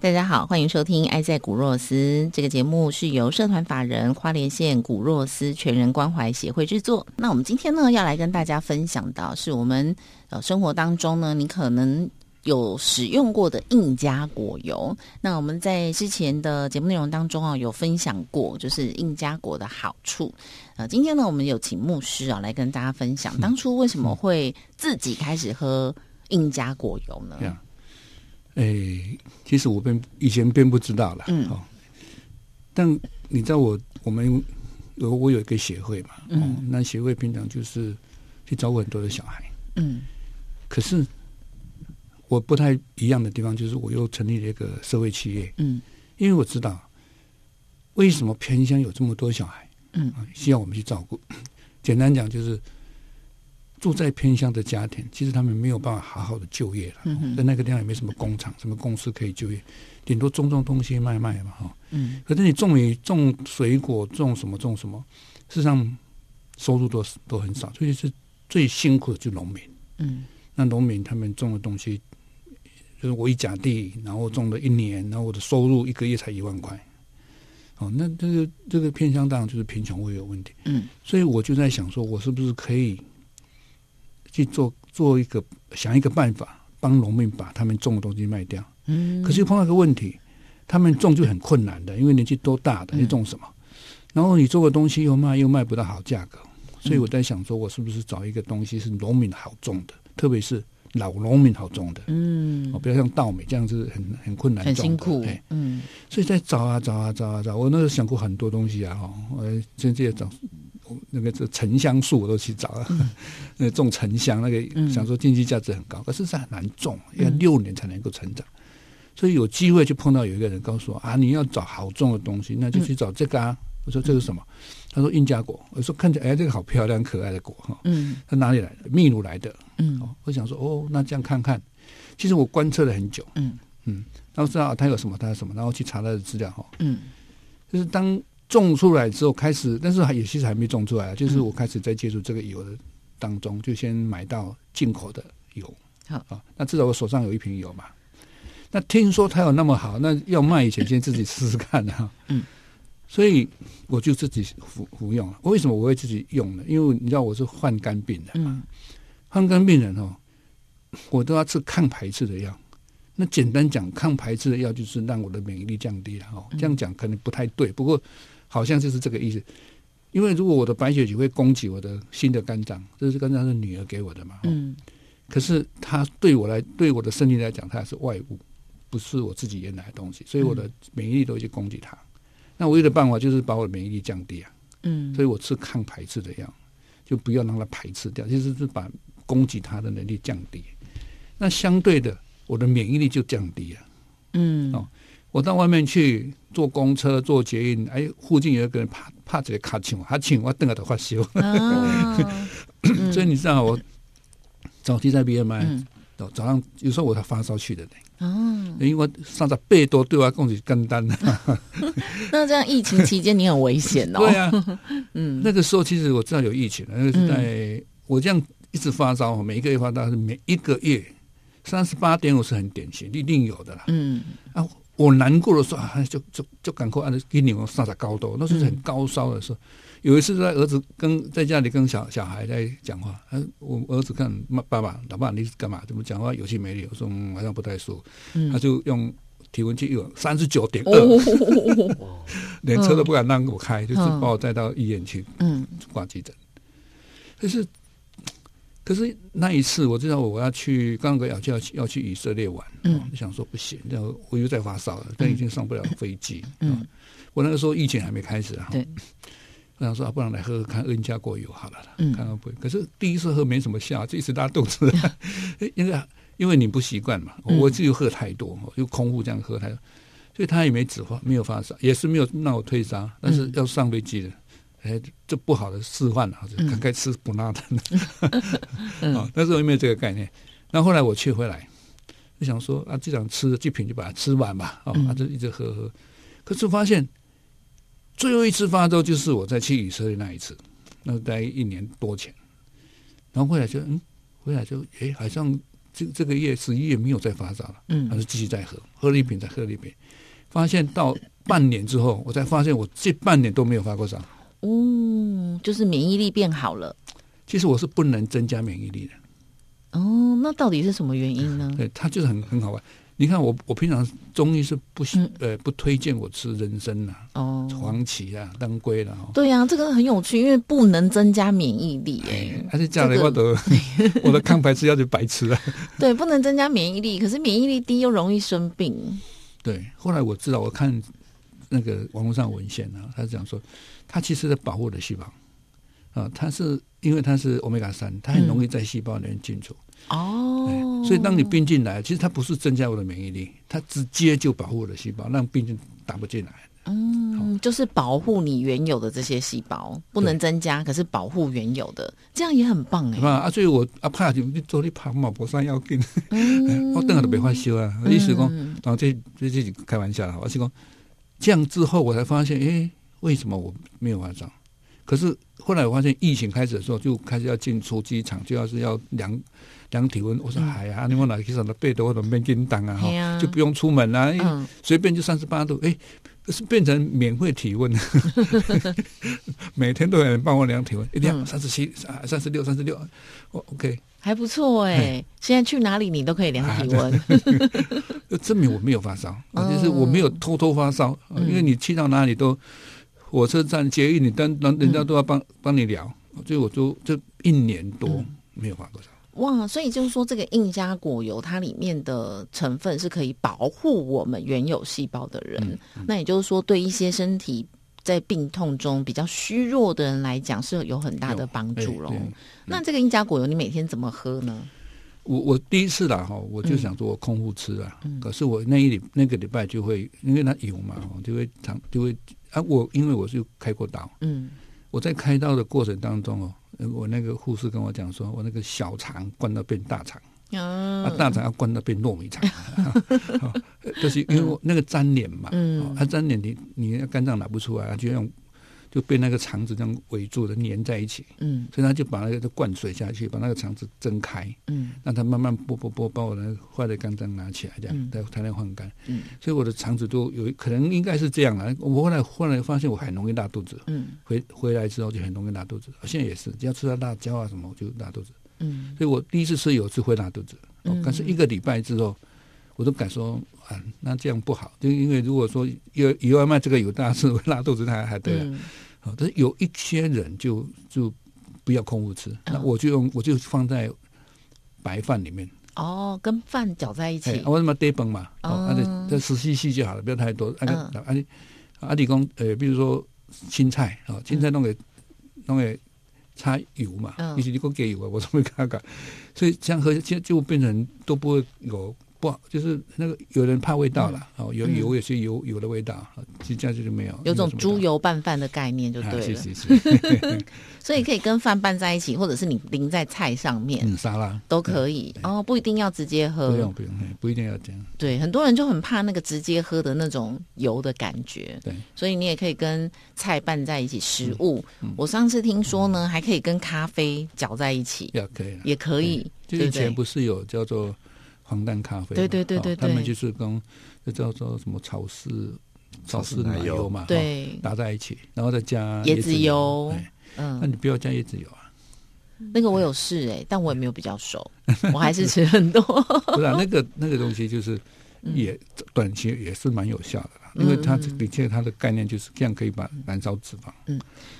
大家好，欢迎收听《爱在古若斯》这个节目，是由社团法人花莲县古若斯全人关怀协会制作。那我们今天呢，要来跟大家分享到，是我们呃生活当中呢，你可能有使用过的印加果油。那我们在之前的节目内容当中啊，有分享过，就是印加果的好处。呃，今天呢，我们有请牧师啊来跟大家分享，当初为什么会自己开始喝印加果油呢？呀，啊诶、其实我并以前并不知道了，嗯哦，但你知道我我们有我有一个协会嘛，嗯、哦，那协会平常就是去照顾很多的小孩，嗯可是我不太一样的地方就是我又成立了一个社会企业，嗯因为我知道为什么偏乡有这么多小孩，嗯啊，需要我们去照顾。 简单讲就是。住在偏乡的家庭，其实他们没有办法好好的就业了，哦嗯哼在那个地方也没什么工厂、什么公司可以就业，顶多种种东西卖卖嘛哈。嗯可是你种米、种水果、种什么种什么，事实上收入都都很少，所以是最辛苦的就是农民。嗯那农民他们种的东西，就是我一甲地，然后种了一年，然后我的收入一个月才一万块。哦，那这个这个偏向当然就是贫穷会有问题，嗯。所以我就在想说，我是不是可以去做做一个想一个办法，帮农民把他们种的东西卖掉。嗯可是碰到一个问题，他们种就很困难的，因为年纪都大嗯的，你种什么？然后你做的东西又卖又卖不到好价格，嗯所以我在想说，我是不是找一个东西是农民好种的，特别是老农民好种的，嗯哦，不要像稻米这样是很很困难很种辛的苦哎，嗯所以在找啊找啊找啊找，我那时候想过很多东西啊，哦，我甚至也找那个这沉香树我都去找啊， 那个种沉香那嗯个想说经济价值很高，可是是很难种，要嗯六年才能够成长。所以有机会就碰到有一个人告诉我啊，你要找好种的东西，那就去找这个啊。我嗯说这是什么？他说印加果。我说看着哎，这个好漂亮可爱的果哈，嗯它哪里来的？秘鲁来的。嗯哦，我想说哦，那这样看看。其实我观测了很久，嗯然后知道它有什么，它有什么，然后去查它的资料哈。嗯就是当种出来之后开始，但是还也其实还没种出来，啊嗯就是我开始在接触这个油的当中，就先买到进口的油。好啊，那至少我手上有一瓶油嘛。那听说它有那么好，那要卖以前先自己试试看啊。 嗯，所以我就自己服服用了。为什么我会自己用呢？因为你知道我是患肝病的，嗯患肝病人哦，我都要吃抗排斥的药。那简单讲，抗排斥的药就是让我的免疫力降低了哦。嗯这样讲可能不太对，不过好像就是这个意思。因为如果我的白血球会攻击我的新的肝脏，这是肝脏是女儿给我的嘛。哦嗯可是它对我来，对我的身体来讲，它是外物，不是我自己原来的东西，所以我嗯的免疫力都会去攻击它。那唯一的办法就是把我的免疫力降低啊。嗯所以我吃抗排斥的药，就不要让它排斥掉，就是是把攻击它的能力降低。那相对的，我的免疫力就降低了。哦嗯我到外面去坐公车、坐捷运，哎，附近有一个人怕怕这个卡请我，他请我瞪个头发修，啊 所以你知道我早期在 BMI，、嗯哦早早上有时候我才发烧去的呢，哦，因为我上在背多对我供给干单了。那这样疫情期间你很危险哦。对啊， 嗯那个时候其实我知道有疫情了，那个是在、我这样一直发烧，每一个月发烧是每一个月三十八点五是很典型，一定有的啦。嗯啊，我难过的时候啊，就就就赶快按给你们上上高度，那时候是很高烧的时候。有一次在儿子跟在家里跟小小孩在讲话，啊，我儿子看妈爸爸老爸你是干嘛？怎么讲话有气没力？我说、嗯、好像不太舒服，他嗯就用体温计有三十九点二，哦连车都不敢让我开，就是嗯把我带到医院去嗯挂急诊。但是，可是那一次我知道我要去，刚刚要去要去要去以色列玩，嗯哦就想说不行，然后我又在发烧了，但已经上不了飞机。嗯哦，我那个时候疫情还没开始啊。对我想说啊，不然来喝喝看恩加果油好了啦，嗯看看不会。可是第一次喝没什么效，就一直拉肚子，因为因为你不习惯嘛，嗯我自己喝太多，哦又空腹这样喝太多，所以他也没止发，没有发烧，也是没有让我退烧，但嗯是要上飞机了。哎，这不好的示范啊，就嗯赶快吃补钠的。 嗯啊，那时候有没有这个概念？那后来我去回来，就想说啊，这场吃的祭品就把它吃完吧，哦，嗯啊，就一直喝喝。可是发现最后一次发作就是我在去以色列那一次，那大概一年多前。然后回来就嗯，回来就哎，好像这这个月十一月没有再发烧了，还嗯是继续再喝，喝了一瓶再喝了一瓶，发现到半年之后，我才发现我这半年都没有发过烧。哦，就是免疫力变好了。其实我是不能增加免疫力的。哦，那到底是什么原因呢？对，它就是很很好玩。你看我，我平常中医是不喜嗯呃不推荐我吃人参呐、哦，黄芪啊、当归啦、哦。对呀、这个很有趣，因为不能增加免疫力哎耶。，而且这样的话，都 我的抗白吃药就白吃啊了。对，不能增加免疫力，可是免疫力低又容易生病。对，后来我知道，我看那个网络上文献啊，他讲说，它其实在保护我的细胞啊，它是因为它是欧米伽三，它很容易在细胞里面进出。哎哦，所以当你病进来，其实它不是增加我的免疫力，它直接就保护我的细胞，让病菌打不进来。嗯，就是保护你原有的这些细胞，不能增加，可是保护原有的，这样也很棒哎是。吧？啊，所以我啊怕就你做你怕嘛，无啥要紧，嗯我等下都袂发烧啊。意思讲，嗯然后这这这是开玩笑啦，我是讲这样之后，我才发现，诶，为什么我没有发烧？可是后来我发现，疫情开始的时候就开始要进出机场，就要是要量量体温。我说，哎呀，你们哪去上的背的我都没叮当啊，嘿啊哈，就不用出门啦、啊，嗯，随便就三十八度，诶，是变成免费 体温，每天都有人帮我量体温，一量嗯三十七、三十六、三十六，我 OK。还不错哎。现在去哪里你都可以量体 温，就呃证明我没有发烧，哦啊就是我没有偷偷发烧，啊嗯因为你去到哪里都火车站、捷运，你单人人家都要帮帮你聊，嗯所以我就这一年多没有发过烧。哇！所以就是说，这个印加果油它里面的成分是可以保护我们原有细胞的人。嗯那也就是说，对一些身体在病痛中比较虚弱的人来讲，是有很大的帮助喽哎。对那这个印加果油你每天怎么喝呢？我我第一次啦哈，我就想说我空腹吃啊，嗯可是我那一礼那个礼拜就会，因为它油嘛哈，就会常就会啊，我因为我是开过刀，嗯，我在开刀的过程当中哦，呃我那个护士跟我讲说，我那个小肠灌到变大肠。啊，啊，大肠要灌到变糯米 肠，啊呃就是因为我那个粘连嘛，嗯哦它粘连你你肝脏拿不出来，就用就被那个肠子这样围住的粘在一起，嗯所以他就把那个就灌水下去，把那个肠子睁开，嗯让它慢慢剥剥剥，把我的坏的肝脏拿起来，这嗯样才才能换肝。嗯所以我的肠子都有可能应该是这样了。我后来后来发现我很容易拉肚子，嗯回回来之后就很容易拉肚子，现在也是，只要吃到辣椒啊什么我就拉肚子。嗯，所以我第一次吃有一次会拉肚子，哦嗯但是一个礼拜之后，我都敢说啊，那这样不好，就因为如果说有有外卖这个有大次会拉肚子，那还还对啊了。嗯好、但是有一些人就就不要空腹吃，哦那我就用我就放在白饭里面，哦，跟饭搅在一哎起，啊，，我什么得崩嘛，哦哦，那就十四细就好了，不要太多。那个嗯啊你啊你讲呃，比如说青菜啊，哦青菜弄给弄给擦油嘛嗯，尤其你讲给油啊，我怎么看看？所以这样喝就就变成都不会有不好，就是那个有人怕味道了哦，有嗯油有些油油的味道，哦其实这样就没有有种没什么猪味道。油拌饭的概念就啊， 对是了，是是，所以可以跟饭拌在一起，或者是你淋在菜上面。嗯，沙拉都可以哦，不一定要直接不喝用。不用，嘿不一定要这样。对，很多人就很怕那个直接喝的那种油的感觉。对，所以你也可以跟菜拌在一起，食物。嗯我上次听说呢，还可以跟咖啡搅在一起，要可以了。也可以，就对以不对前不是有叫做黄蛋咖啡嘛，对对对对对哦他们就是跟就叫做什么草饲草饲奶油嘛，哦，对，打在一起，然后再加椰子子油哎那嗯，你不要加椰子油啊， 那个我有试哎、但我也没有比较熟，我还是吃很多。 啊嗯不然那个那个东西就是也短期也是蛮有效的啦，因为它的确它的概念就是这样可以把燃烧脂肪。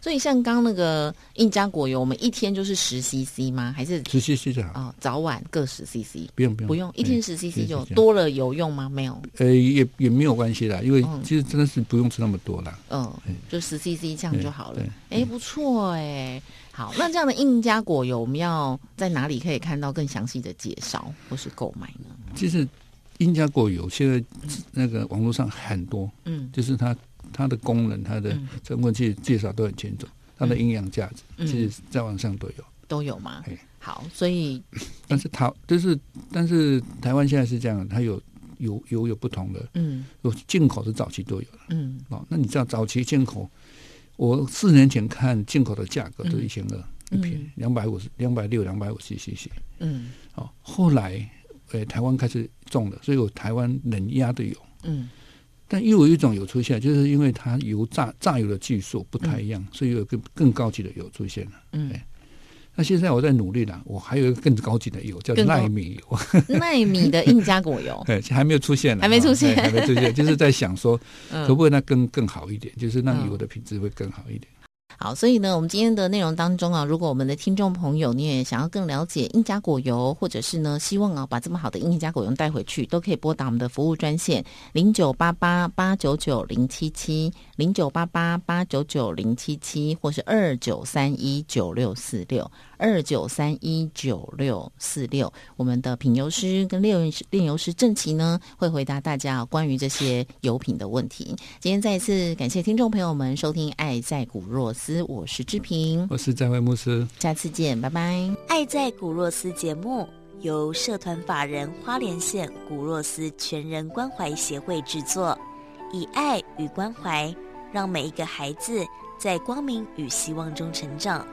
所以像刚刚那个印加果油，我们一天就是十 CC 吗？还是十 CC 的啊，哦早晚各十 CC？不用不用不用，一天十谢 CC 谢就谢谢多了有用吗？没有，呃也也没有关系啦，因为嗯其实真的是不用吃那么多啦。嗯，就十 CC 这样就好了哎对。哎，不错哎。好，那这样的印加果油，我们要在哪里可以看到更详细的介绍或是购买呢？其实印加果油现在那个网络上很多，嗯就是它它的功能、它的嗯成分其实介绍都很清楚，它的营养价值嗯其实在网上都有。都有吗哎？好，所以但是台就是但是台湾现在是这样，它有有有有不同的，嗯有进口的早期都有了嗯哦。那你知道早期进口，我四年前看进口的价格都嗯一千二一瓶，两百五十、两百六、两百五十 CC 嗯哦。后来呃台湾开始种了，所以有台湾冷压的油。嗯但又有一种油出现，就是因为它油榨榨油的技术不太一样，所以有更更高级的油出现了。嗯，哎那现在我在努力啦，我还有一个更高级的油叫更高纳米油，，纳米的印加果油哎，还没有出现呢，还没出现哎还没出现，就是在想说， 嗯可不可以那更更好一点，就是让嗯油的品质会更好一点。好，所以呢，我们今天的内容当中啊，如果我们的听众朋友你也想要更了解印加果油，或者是呢希望啊把这么好的印加果油带回去，都可以拨打我们的服务专线零九八八八九九零七七零九八八八九九零七七，或是二九三一九六四六二九三一九六四六。我们的品油师跟炼油师炼油师郑琪呢，会回答大家啊关于这些油品的问题。今天再一次感谢听众朋友们收听《爱在古若斯》，我是志平，我是在外牧师。下次见，拜拜。爱在古若斯节目由社团法人花莲县古若斯全人关怀协会制作，以爱与关怀，让每一个孩子在光明与希望中成长。